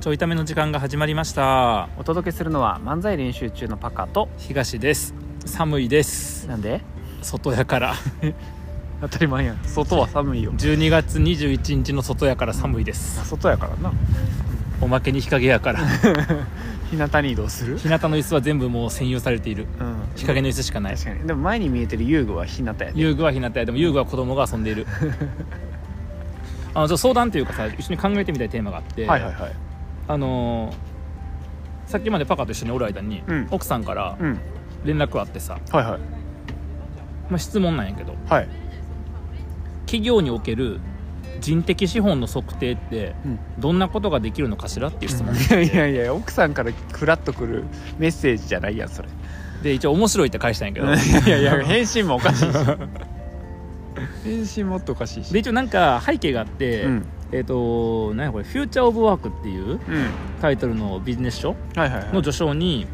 ちょいための時間が始まりましたお届けするのは漫才練習中のパカと東です寒いですなんで外やから当たり前やん外は寒いよ12月21日の外やから寒いです外やからなおまけに日陰やから日向に移動する日向の椅子は全部もう占有されているうん日陰の椅子しかない確かにでも前に見えてる遊具は日向やで遊具は日向やでも遊具は子供が遊んでいるあのちょっと相談というかさ一緒に考えてみたいテーマがあって、はいはいはいあのーさっきまでパカと一緒におる間に、うん奥さんからうん連絡あってさ、はいはいまあ、質問なんやけどはい企業における人的資本の測定ってうんどんなことができるのかしらっていう質問いやいやいや奥さんからフラッとくるメッセージじゃないやんそれで一応面白いって返したんやけど いやいや返信もおかしいし 返信もっとおかしいしで一応なんか背景があって、うんえっ、と何やこれ「フューチャー・オブ・ワーク」っていううんタイトルのビジネス書はいはいはのい序章に、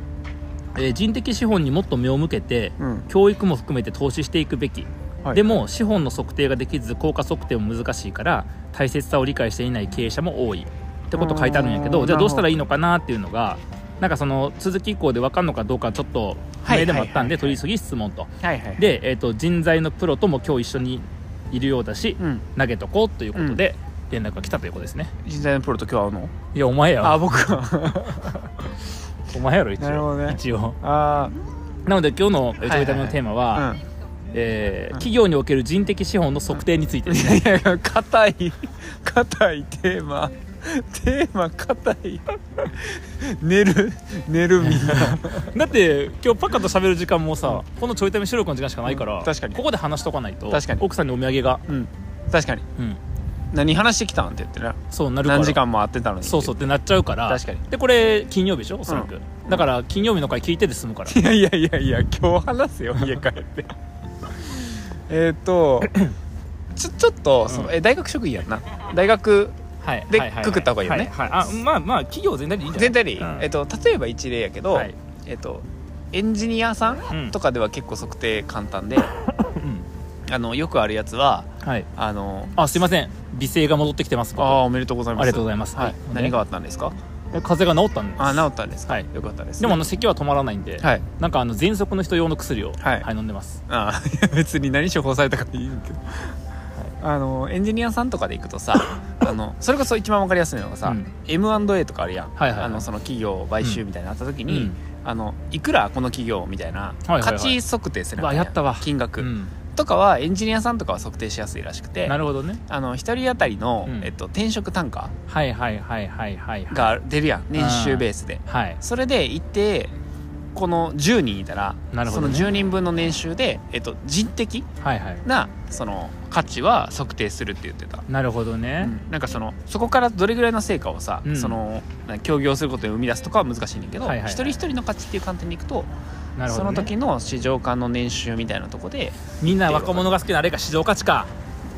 えー人的資本にもっと目を向けてうん教育も含めて投資していくべき、はいでも資本の測定ができず効果測定も難しいから大切さを理解していない経営者も多いってこと書いてあるんやけうどんじゃあどうしたらなるほどいいのかなっていうのがなんかその続き以降で分かるのかどうかちょっと不明でもあったんではいはいはいは取いり急ぎ質問とはいはいで、えー、と人材のプロとも今日一緒にいるようだし、うん投げとこうということで連絡が来たということですね、人材のプロと今日会うのいやお前やあわ僕はお前やろ一応なるほどね一応あなので今日の「えーいはちいょいため」のテーマは、あうんえー企業における人的資本の測定についてですね、いやいや硬い硬いテーマテーマ硬い寝る寝るみんなだって今日パカと喋る時間もさ、このちょいため収録の時間しかないから、うん確かにここで話しとかないと確かに奥さんにお土産が、うん確かにうん、何話してきたんって言ってなそうなるから何時間も会ってたのにそうそうってなっちゃうから確かにでこれ金曜日でしょおそらく、うだから金曜日の回聞いてで済むからいやいやいやいや今日話すよ家帰ってえーっとちょちょっとその、うんえ大学職員やんな大学はいではいはいくくった方がいいよねははいあまあまあ企業全体でいいんじゃない全体でいい、うんえっと例えば一例やけど、はいえっとエンジニアさうんんとかでは結構測定簡単で、うんあのよくあるやつははいあのあすいません美声が戻ってきてますあ僕あおめでとうございますありがとうございますははいい、何があったんですかえ風邪が治ったんですあ治ったんですか、はいよかったです、でもあの咳は止まらないんで、はいなんかあの喘息の人用の薬を、ははいい飲んでますああ 別に何処方されたかっていいんだけど、あのエンジニアさんとかで行くと さあのそれこそ一番わかりやすいのがさ、うん M&A とかあるやん、はいはいはいあのその企業買収みたいになった時うに、んあのいくらこの企業みたいな、いはいはい価値測定するうわやったわ金額、うんとかはエンジニアさんとかは測定しやすいらしくてなるほどねあの一人当たりの、うんえっと、転職単価はいはいはいはいはいはいが出るやん年収ベースではいそれで一定この10人いたら、なるほそどのね10人分の年収で、えっと、人的はいはいなその価値は測定するって言ってた、なるほどね、うんなんかそのそこからどれぐらいの成果をさ、うんそのなんか協業することで生み出すとかは難しいねんだけど、はいはいはい一人一人の価値っていう観点でいくと、なるほそど、のね、時の市場間の年収みたいなとこでみんな若者が好きなあれが市場価値か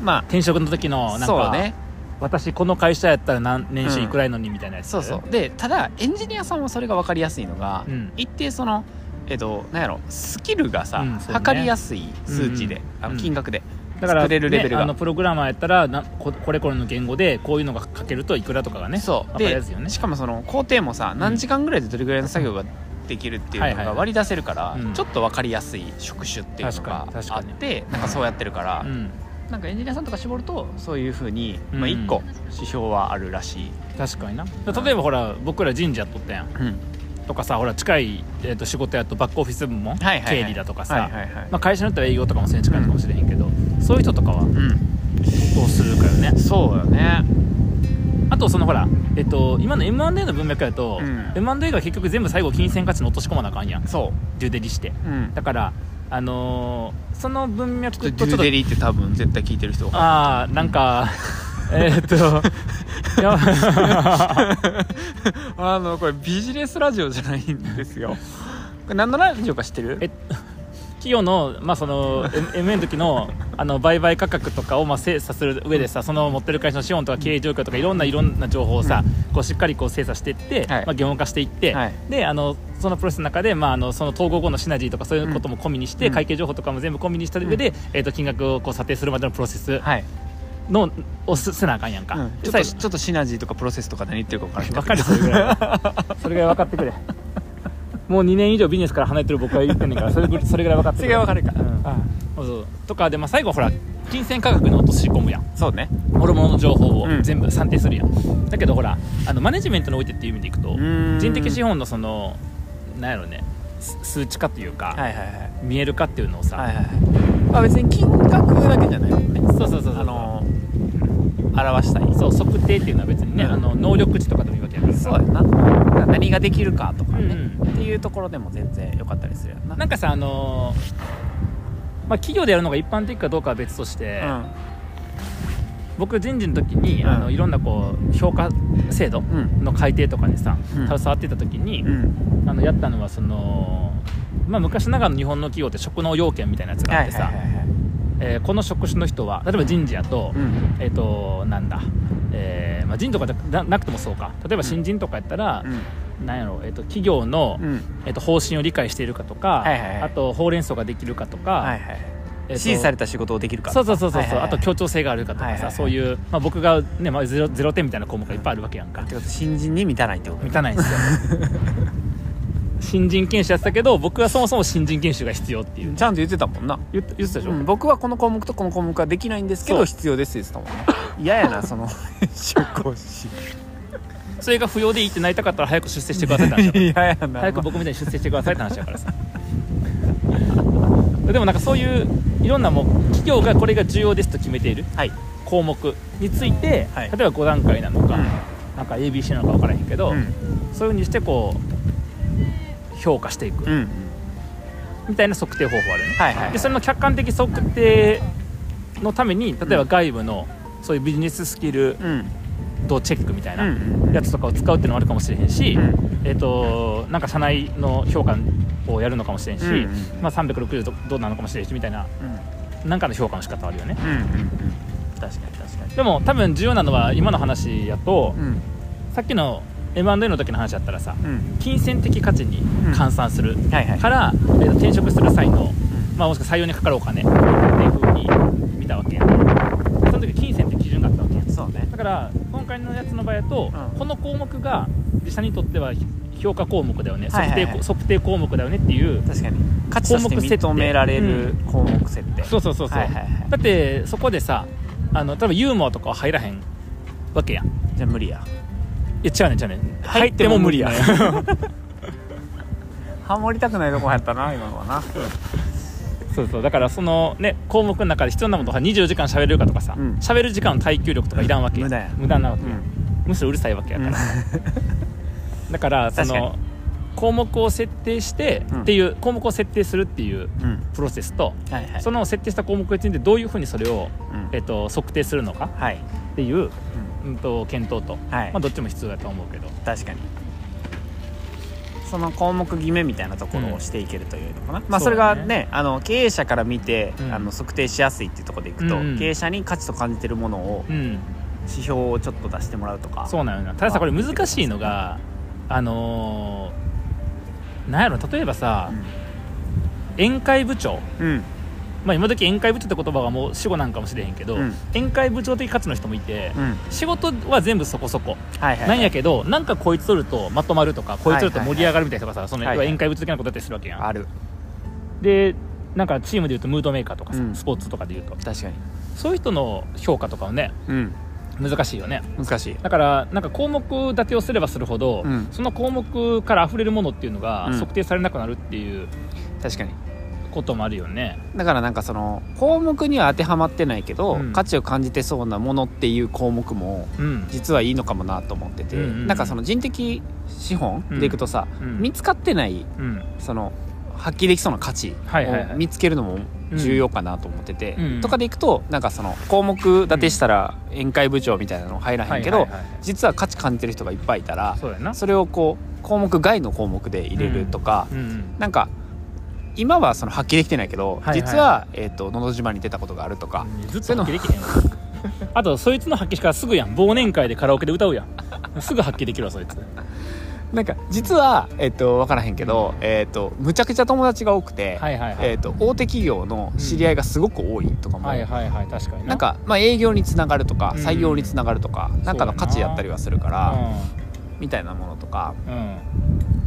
ま転職の時のあなんそうか、ね私この会社やったら何年収いくらいのにみたいなやつ、そうそうでただエンジニアさんはそれが分かりやすいのが、うん一定そのえっとなんやろスキルがさ、うんそうね測りやすい数値で、うんあうのん金額で、だから、作れるレベルね、があのプログラマーやったらなここれこれの言語でこういうのが書けるといくらとかがねそう分かりでやすいよねしかもその工程もさ何時間ぐらいでどれぐらいの作業ができるっていうはいのはいはがい割り出せるから、うんちょっと分かりやすい職種っていうのが確かに確かあっにてなんかそうやってるから、うん、なんかエンジニアさんとか絞るとそういうふうに、うんまあ、1個指標はあるらしい、確かにな例えばほら僕ら人事やっとったやんとかさほら近い、えー、と仕事やとバックオフィス部門、はいはいはい経理だとかさ、はいはいはいまあ、会社によっては営業とかもそれに近いのかもしれへんけど、そういう人とかはどうんうするかよねそうよねあとそのほら、えっと、今の M&A の文脈やと、うん M&A が結局全部最後金銭価値の落とし込まなあかんやんそデューデリしてう、うん、だからあのーその文脈ちょとっちょとっデュとーデリって多分絶対聞いてる 人がああなんかえーっ とやばあのこれビジネスラジオじゃないんです よこれ何のラジオか知ってるえ企業の,、まあその M- M&A の時のあの売買価格とかをまあ精査する上でさその持ってる会社の資本とか経営状況とかいろんないろんな情報をさ、こうしっかりこう精査していって、はいまあ、業務化していって、はいであのそのプロセスの中で、まあ、あのその統合後のシナジーとかそういうことも込みにして、うん会計情報とかも全部込みにした上で、えー、と金額をこう査定するまでのプロセスはいのをすせなあかんやんか、うんちょっ最と後ちょっとシナジーとかプロセスとか何言ってるか分からんけど分かるそれぐらいは それぐらい分かってくれもう2年以上ビジネスから離れてる僕は言ってんねんからそれぐそれぐらい分かってくれそれが分かるかうんそうそうとかで、まあ、最後ほら金銭価格に落とし込むやんそうね諸々の情報をうん全部算定するやん、だけどほらあのマネジメントにおいてっていう意味でいくとーん人的資本のそのなんやろねす数値化というか、はいはいはい見える化っていうのをさ、はいはいはいまあ別に金額だけじゃないもんねそうそうそうそうあのー表したいそう測定っていうのは別にね、うんあの能力値とかでもいいわけやからそうやな何ができるかとかね、うんっていうところでも全然良かったりするやんななんかさあのーまあ、企業でやるのが一般的かどうかは別として、僕人事の時に、うんあのいろんなこう評価制度んの改定とかにさ、うん携わってた時にうん、うんあのやったのはその、まあ、昔ながらの日本の企業って職能要件みたいなやつがあはっいてはいはさいはいえーこの職種の人は例えば人事やと、うんえっ、となんだ、えーまあ、人事とかじゃなくてもそうか例えば新人とかやったら、なんやろ、えー、と企業の、うんうんえー、と方針を理解しているかとか、はいはいはいあとほうれん草ができるかとか、はいはいえーと指示された仕事をできるかそうそうそうそう、はいはいはいあと協調性があるかとかさ、はいはいはいそういう、まあ、僕が、ねまあ、ゼロゼロ点みたいな項目がいっぱいあるわけやんかってこと新人に満たないってこと満たないん ですよ新人研修やってたけど僕はそもそも新人研修が必要っていうちゃんと言ってたもんな、言って言ってたでしょ、うん僕はこの項目とこの項目はできないんですけそうど必要ですって言ってたもんね 嫌やなその職をしそれが不要でいいってなりたかったら早く出世してくださいって話だから嫌やな 早く僕みたいに出世してくださいって話だからさ でもなんかそういういろんなもう企業がこれが重要ですと決めているはい項目について、はい例えば5段階なのか、うんなんか ABC なのか分からへんけど、うんそういうふうにしてこう評価していくうんうんみたいな測定方法あるね、はいはいでそれの客観的測定のために例えば外部のそういうビジネススキルうん度チェックみたいうんなうんやつとかを使うっていうのもあるかもしれへんし、うんえっ、となんか社内の評価をやるのかもしれんし、うんうんまあ、360度どうなのかもしれんしみたいなうんなんかの評価の仕方あるよねうんうんうん確かに確かにでも多分重要なのは今の話やと、うんさっきの M&A の時の話だったらさうん金銭的価値に換算するはいはいから、えーと転職する際の、んまあ、もしくは採用にかかるお金っていうふうに見たわけやその時金銭って基準があったわけやそうねだから今回のやつの場合だと、うんこの項目が自社にとっては評価項目だよね、はいはいはい測定項測定項目だよねっていう確かに価値として認められる項目設定そうそうそうそう、はいはいはいだってそこでさあの多分ユーモアとかは入らへんわけやんいじゃあ無理やや違うね違うね入っても無理や入 っても無理やハモりたくないとこやったな今のはなそうそうだからそのね項目の中で必要なものとか24時間喋れるかとかさうん喋、る時間の耐久力とかいらんわけ無駄や無駄なわけうや、んむしろうるさいわけやから、だからそ確の項目を設定して、うんっていう項目を設定するっていううんプロセスと、はいはいその設定した項目についてどういうふうにそれを、うんえっと測定するのかはっいていう、うん、と検討と、はいまあ、どっちも必要だと思うけど確かにその項目決めみたいなところをしていけるというのかな、まあそそうれだねがねあの経営者から見て、うんあの測定しやすいっていうところでいくと、うんうん経営者に価値と感じてるものをうん指標をちょっと出してもらうとかそうなのよなたださこれ難しいのがあのーなんやろ例えばさ、宴会部長うん、うんまあ今時宴会部長って言葉がもう死語なんかもしれへんけど、うん宴会部長的価値の人もいて、うん仕事は全部そこそこ、はいはい、なはんい、やけどなんかこいつ取るとまとまるとかこいつ取ると盛り上がるみたいなとかさ、そのはいはい宴会部長的なことだったりするわけやん、あるでなんかチームでいうとムードメーカーとかさ、うんスポーツとかでいうと確かにそういう人の評価とかはねうん難しいよね難しいだからなんか項目立てをすればするほど、うんその項目から溢れるものっていうのがうん測定されなくなるっていう確かにこともあるよね、だからなんかその項目には当てはまってないけど、うん価値を感じてそうなものっていう項目もうん実はいいのかもなと思ってて、うんうんうんなんかその人的資本でいくとさ、うん見つかってないうんその発揮できそうな価値はいはいはいを見つけるのも重要かなと思ってて、うんとかでいくとなんかその項目立てしたら宴会部長みたいなの入らへんけど、はいはいはいはい実は価値感じてる人がいっぱいいたらそうやなそれをこう項目外の項目で入れるとか、うんうんなんか今はその発揮できてないけど、はいはい実は、えーと「のど自慢」に出たことがあるとか、ずっと発揮できへんわあとそいつの発揮しからすぐやん忘年会でカラオケで歌うやんすぐ発揮できるわそいつなんか実はえっと分からへんけど、えっとむちゃくちゃ友達が多くて、はいはいはい、えっと大手企業の知り合いがすごく多いとかも、はいはいはい確かになん、か、まあ、営業につながるとかうん採用につながるとか、なんかの価値やったりはするから、みたいなものとかうんうん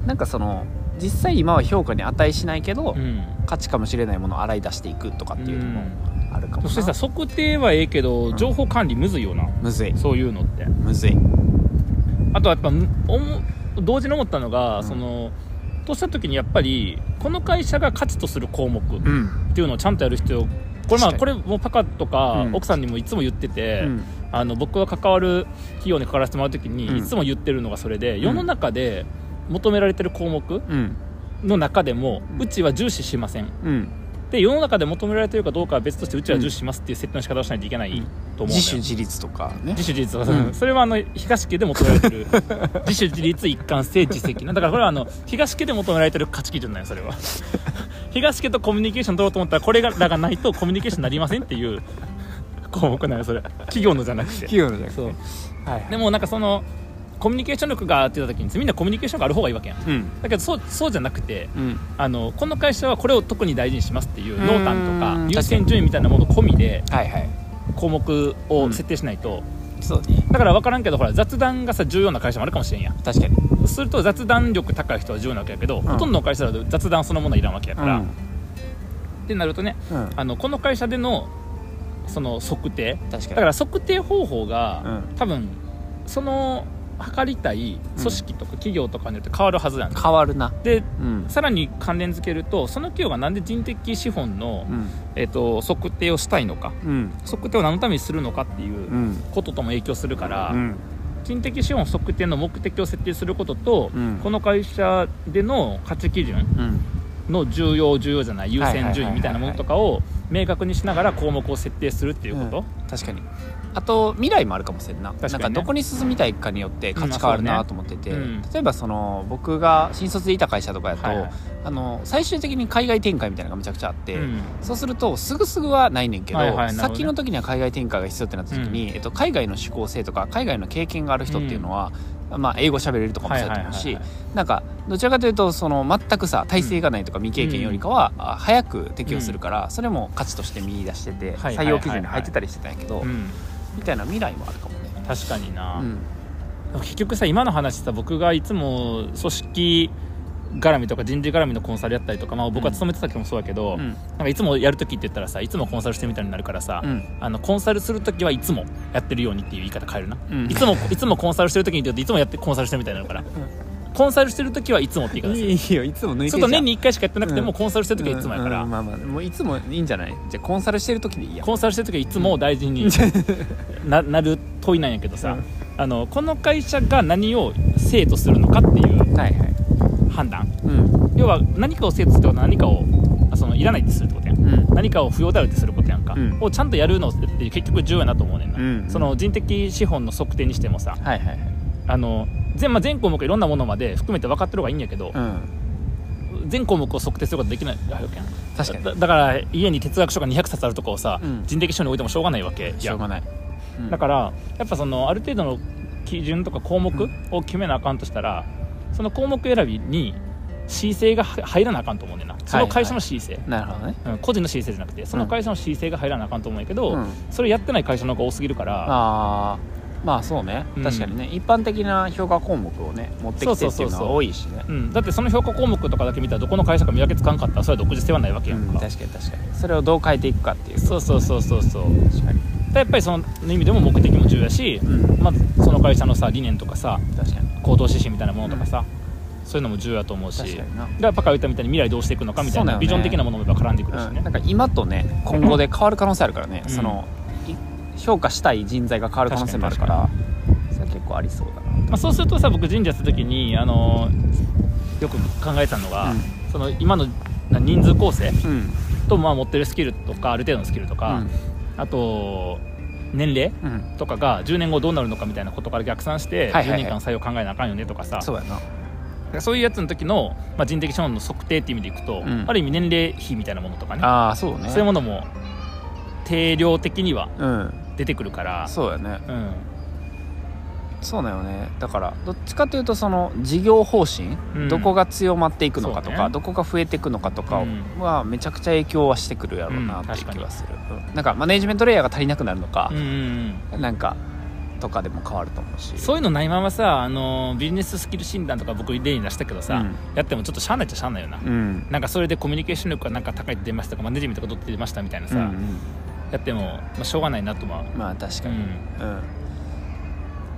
なんかその実際今は評価に値しないけど、うん価値かもしれないものを洗い出していくとかっていうのもあるかもな、そしてさ測定はええけどん情報管理むずいよな、むずいそういうのってむずいあとはやっぱむおも同時に思ったのが、うんそのとした時にやっぱりこの会社が価値とする項目っん、ていうのをちゃんとやる必要これまあ確こかれもパカとか、うん奥さんにもいつも言ってて、うんあの僕が関わる企業に関わらせてもらう時に、うんいつも言ってるのがそれで、世の中で求められてる項目うんの中でも、ううんちは重視しませんうんで世の中で求められてるかどうかは別としてうちは重視しますっていう設定の仕方をしないといけないとうん思うのよ、自主自立とかね自主自立は、うんそれはあの東家で求められてる自主自立一貫性自責なだからこれはあの東家で求められてる価値基準なんよそ れは東家とコミュニケーション取ろうと思ったらこれらがないとコミュニケーションになりませんっていう項目なんよそれ企業のじゃなくて企業のじゃなくてそうはいはいでもなんかそのコミュニケーション力がって言った時にみんなコミュニケーションがある方がいいわけやんうんだけどそうそうじゃなくてうんあのこの会社はこれを特に大事にしますっていううん濃淡とか確かに優先順位みたいなもの込みではいはい項目を設定しないと、そうねだから分からんけどほら雑談がさ重要な会社もあるかもしれんやん確かにすると雑談力高い人は重要なわけやけど、ほとんどの会社だと雑談そのものはいらんわけやから、ってなるとねうん、うん、あのこの会社でのその測定だ確かかにら測定方法が、うん多分その測りたい組織とか企業とかによって変わるはずなんです、変わるなでうんさらに関連づけるとその企業がなんで人的資本の、うんえっと測定をしたいのかうん測定を何のためにするのかっていううんこととも影響するから、うん人的資本測定の目的を設定することと、うんこの会社での価値基準うんの重要重要じゃない優先順位みたいなものとかを明確にしながら項目を設定するっていうこと、確かにあと未来もあるかもしれんな,、確かなんにねかどこに進みたいかによって価値変わるなと思ってて、うんまあそうねうん例えばその僕が新卒でいた会社とかやと、はいはいあの最終的に海外展開みたいなのがめちゃくちゃあって、うんそうするとすぐすぐはないねんけど、はいはいなるほどね先の時には海外展開が必要ってなった時に、えっと、海外の趣向性とか海外の経験がある人っていうのは、まあ、英語喋れるとかもそうやと思うし、はいはいはいなんかどちらかというとその全くさ体制がないとか未経験よりかは、あ早く適用するから、それも価値として見出してて、はい採用基準に入ってたりしてたんやけど、うんみたいな未来もあるかもね。確かにな、うんでも結局さ今の話さ僕がいつも組織絡みとか人事絡みのコンサルやったりとか、まあ、僕は勤めてた時もそうだけど、うなんんかいつもやる時って言ったらさいつもコンサルしてみたいになるからさ、うんあのコンサルする時はいつもやってるようにっていう言い方変えるな、うんいつも いつもコンサルしてる時にって言うといつもやってコンサルしてるみたいになるから、コンサルしてる時はいつもって言い方するいいよいつも抜いてるそうすると年に1回しかやってなくても、うんコンサルしてる時はいつもやから、うんうんまあまあもういつもいいんじゃないじゃあコンサルしてる時でいいやコンサルしてる時はいつも大事に ななる問いなんやけどさ、うんあのこの会社が何を生とするのかっていうはいはい判断うん要は何かを生徒するってことは何かをあそのいらないってするってことやんうん何かを不要であるってすることやんか、うんをちゃんとやるのって結局重要やなと思うねんな、うんその人的資本の測定にしてもさはいはいはいあの全,、まあ、全項目いろんなものまで含めて分かってる方がいいんやけどう、ん全項目を測定することできないわけやん確かにだだから家に哲学書が200冊あるとこをさ、うん人的資本に置いてもしょうがないわけしやょんうがないうんだからやっぱそのある程度の基準とか項目を決めなあかんとしたら、その項目選びに恣意性がは入らなあかんと思うねんなその会社の恣意性、なるほどねうん個人の恣意性じゃなくてその会社の恣意性が入らなあかんと思うんやけど、うんそれやってない会社の方が多すぎるからあーまあそうねうん確かにね一般的な評価項目をね持ってきてっていうのは多いしねうん、だってその評価項目とかだけ見たらどこの会社か見分けつかんかったらそれは独自性はないわけうやんんか、確かに確かにそれをどう変えていくかっていうそうそうそうそうそう確かにやっぱりその意味でも目的も重要やし、うんまあ、その会社のさ理念とかさ確かに行動指針みたいなものとかさ、そういうのも重要だと思うし確かにながパカが言ったみたいに未来どうしていくのかみたいそうだな、よねビジョン的なものもやっぱ絡んでくるしうんねな、んか今とね今後で変わる可能性あるからね、うんそのい評価したい人材が変わる可能性もあるからそれは結構ありそうだなまあ、そうするとさ僕神社やった時に、あのーよく考えてたのが、うんその今のな人数構成うんと、まあ、持ってるスキルとかある程度のスキルとか、うんあと年齢うんとかが10年後どうなるのかみたいなことから逆算して、はいはいはい10年間採用考えなあかんよねとかさそうやなだからそういうやつの時の、まあ、人的資本の測定っていう意味でいくと、うんある意味年齢比みたいなものとかねああそうねそういうものも定量的にはうん出てくるからそうやねうんそうだよねだからどっちかというとその事業方針、うんどこが強まっていくのかとそうか、ねどこが増えていくのかとかうんはめちゃくちゃ影響はしてくるやろうなうんっていう確か気にはする、うんなんかマネジメントレイヤーが足りなくなるのかうん、うんなんかとかでも変わると思うしそういうのないままさあのビジネススキル診断とか僕例に出したけどさ、うんやってもちょっとしゃあないっちゃしゃあないよな、うんなんかそれでコミュニケーション力がなんか高いって出ましたとかマネジメントが取って出ましたみたいなさ、うんうんやっても、まあ、しょうがないなとは、まあ確うかに、ん、うん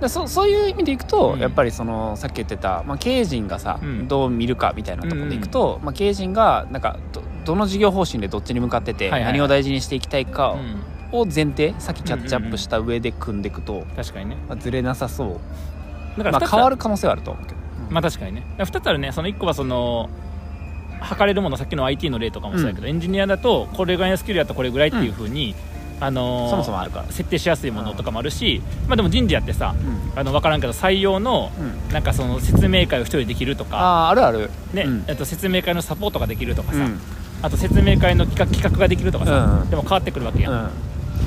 でそそういう意味でいくと、うんやっぱりそのさっき言ってた、まあ、経営陣がさ、うんどう見るかみたいなところでいくと、まあ、経営陣がなんかどどの事業方針でどっちに向かってて、はいはいはい何を大事にしていきたいかうんを前提さっきキャッチアップした上で組んでいくと、確かにねまあ、ずれなさそう、だからま二あ、つ変わる可能性はあると思うけど、まあ確かにね2つあるねその1個はその測れるものさっきの IT の例とかもそうやけど、エンジニアだとこれぐらいのスキルやったらこれぐらいっていうふうに、あのーそもそもあるから設定しやすいものとかもあるし、まあ、でも人事やってさうんあの分からんけど採用のうんなんかその説明会を1人でできるとか、あああるあるねうんえっと説明会のサポートができるとかうさ、んあと説明会の企画企画ができるとかさ、うんでも変わってくるわけやん、うん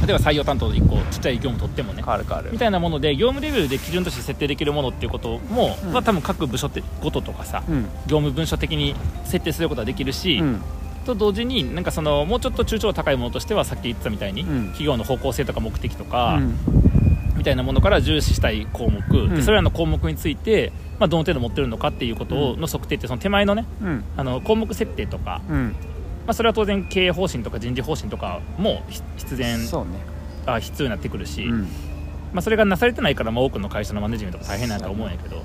例えば採用担当で1個ちっちゃい業務取ってもね変わる変わるみたいなもので業務レベルで基準として設定できるものっていうことも、うんまあ、多分各部署ってごととかさ、うん業務文書的に設定することはできるし、うんと同時になんかそのもうちょっと中長高いものとしてはさっき言ってたみたいに、うん企業の方向性とか目的とうか、んみたいなものから重視したい項目、んでそれらの項目について、まあ、どの程度持ってるのかっていうことをの測定ってその手前のねうんあの項目設定とか、うんまあ、それは当然経営方針とか人事方針とかもひ必然そうねあ必要になってくるし、うんまあ、それがなされてないから、まあ、多くの会社のマネジメントが大変なんやと思うんやけど。うん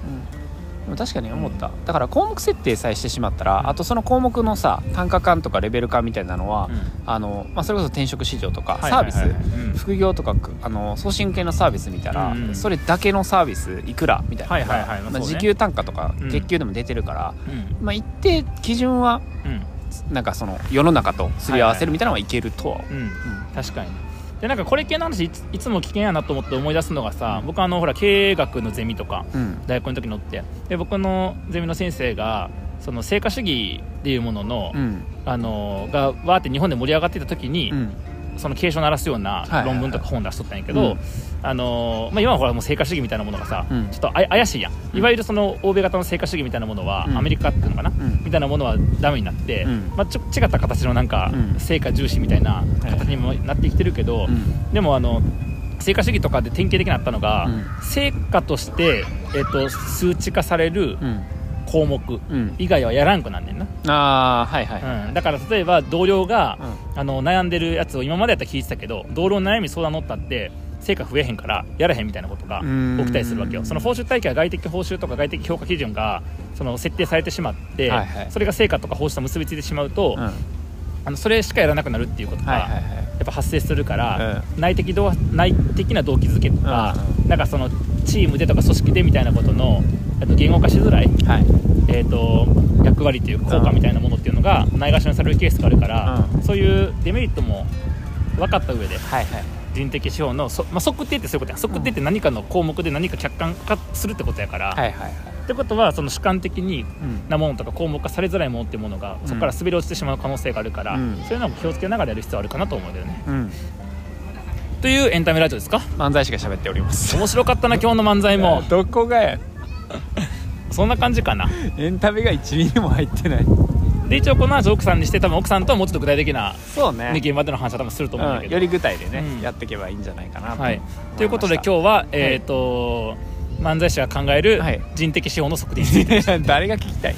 でも確かに思った、だから項目設定さえしてしまったら、あとその項目のさ単価感とかレベル感みたいなのは、うんあのまあ、それこそ転職市場とか、はいはいはいサービス、うん副業とかくあの送信系のサービス見たら、うんうんそれだけのサービスいくらみたいなのが、はいはいはいまあまあ、そうね時給単価とかうん月給でも出てるから、うんまあ、一定基準はうんなんかその世の中とすり合わせるみたいなのはいけるとは思う。うん確かにでなんかこれ系の話いついつも危険やなと思って思い出すのがさ僕あのほら経営学のゼミとかうんうん大学の時に乗ってで僕のゼミの先生がその成果主義っていうものの,、うんあのがわーって日本で盛り上がってた時に、うんその警鐘鳴らすようないはいはい論文とか本出しとったんやけど、うんあのまあ、今はほらもう成果主義みたいなものがさ、うんちょっとあ怪しいやん、うんいわゆるその欧米型の成果主義みたいなものは、うんアメリカっていうのかな、んみたいなものはダメになって、うんまあ、ちょ違った形のなんかうん成果重視みたいな形にもなってきてるけど、うんでもあの成果主義とかで典型的になったのが、うん成果として、えっと数値化されるうん項目うん以外はやらんくなんねんな、ああはいはい、うん、だから例えば同僚が、うんあの悩んでるやつを今までやったら聞いてたけど同僚の悩み相談乗ったって成果増えへんからやらへんみたいなことが起きたりするわけうよんその報酬体系は外的報酬とか外的評価基準がその設定されてしまって、はいはいそれが成果とか報酬と結びついてしまうと、うんあのそれしかやらなくなるっていうことが、はいはいはいやっぱ発生するから、内的動内的な動機づけとか、なんかそのチームでとか組織でみたいなことのあの言語化しづらい、はいえー、と役割というか効果みたいなものっていうのがないがしろにされるケースがあるから、うそういうデメリットも分かった上ではいはい人的資本のそ、まあ、測定ってそういうことや測定って何かの項目で何か客観化するってことやから、はいはいはいってことはその主観的にうんなものとか項目化されづらいものっていうものがそこから滑り落ちてしまう可能性があるから、うんそういうのも気をつけながらやる必要あるかなと思うんだよね。うんというエンタメラジオですか漫才師が喋っております面白かったな今日の漫才 もどこがやそんな感じかなエンタメが1ミリも入ってないで一応この話を奥さんにして多分奥さんとはもうちょっと具体的な、そうねね、現場での話は多分すると思うんだうけんど、より具体でね、うんやっていけばいいんじゃないかなと、はい、ということで今日はえっ、と、漫才師が考えるはい人的資本の測定について 誰が聞きたい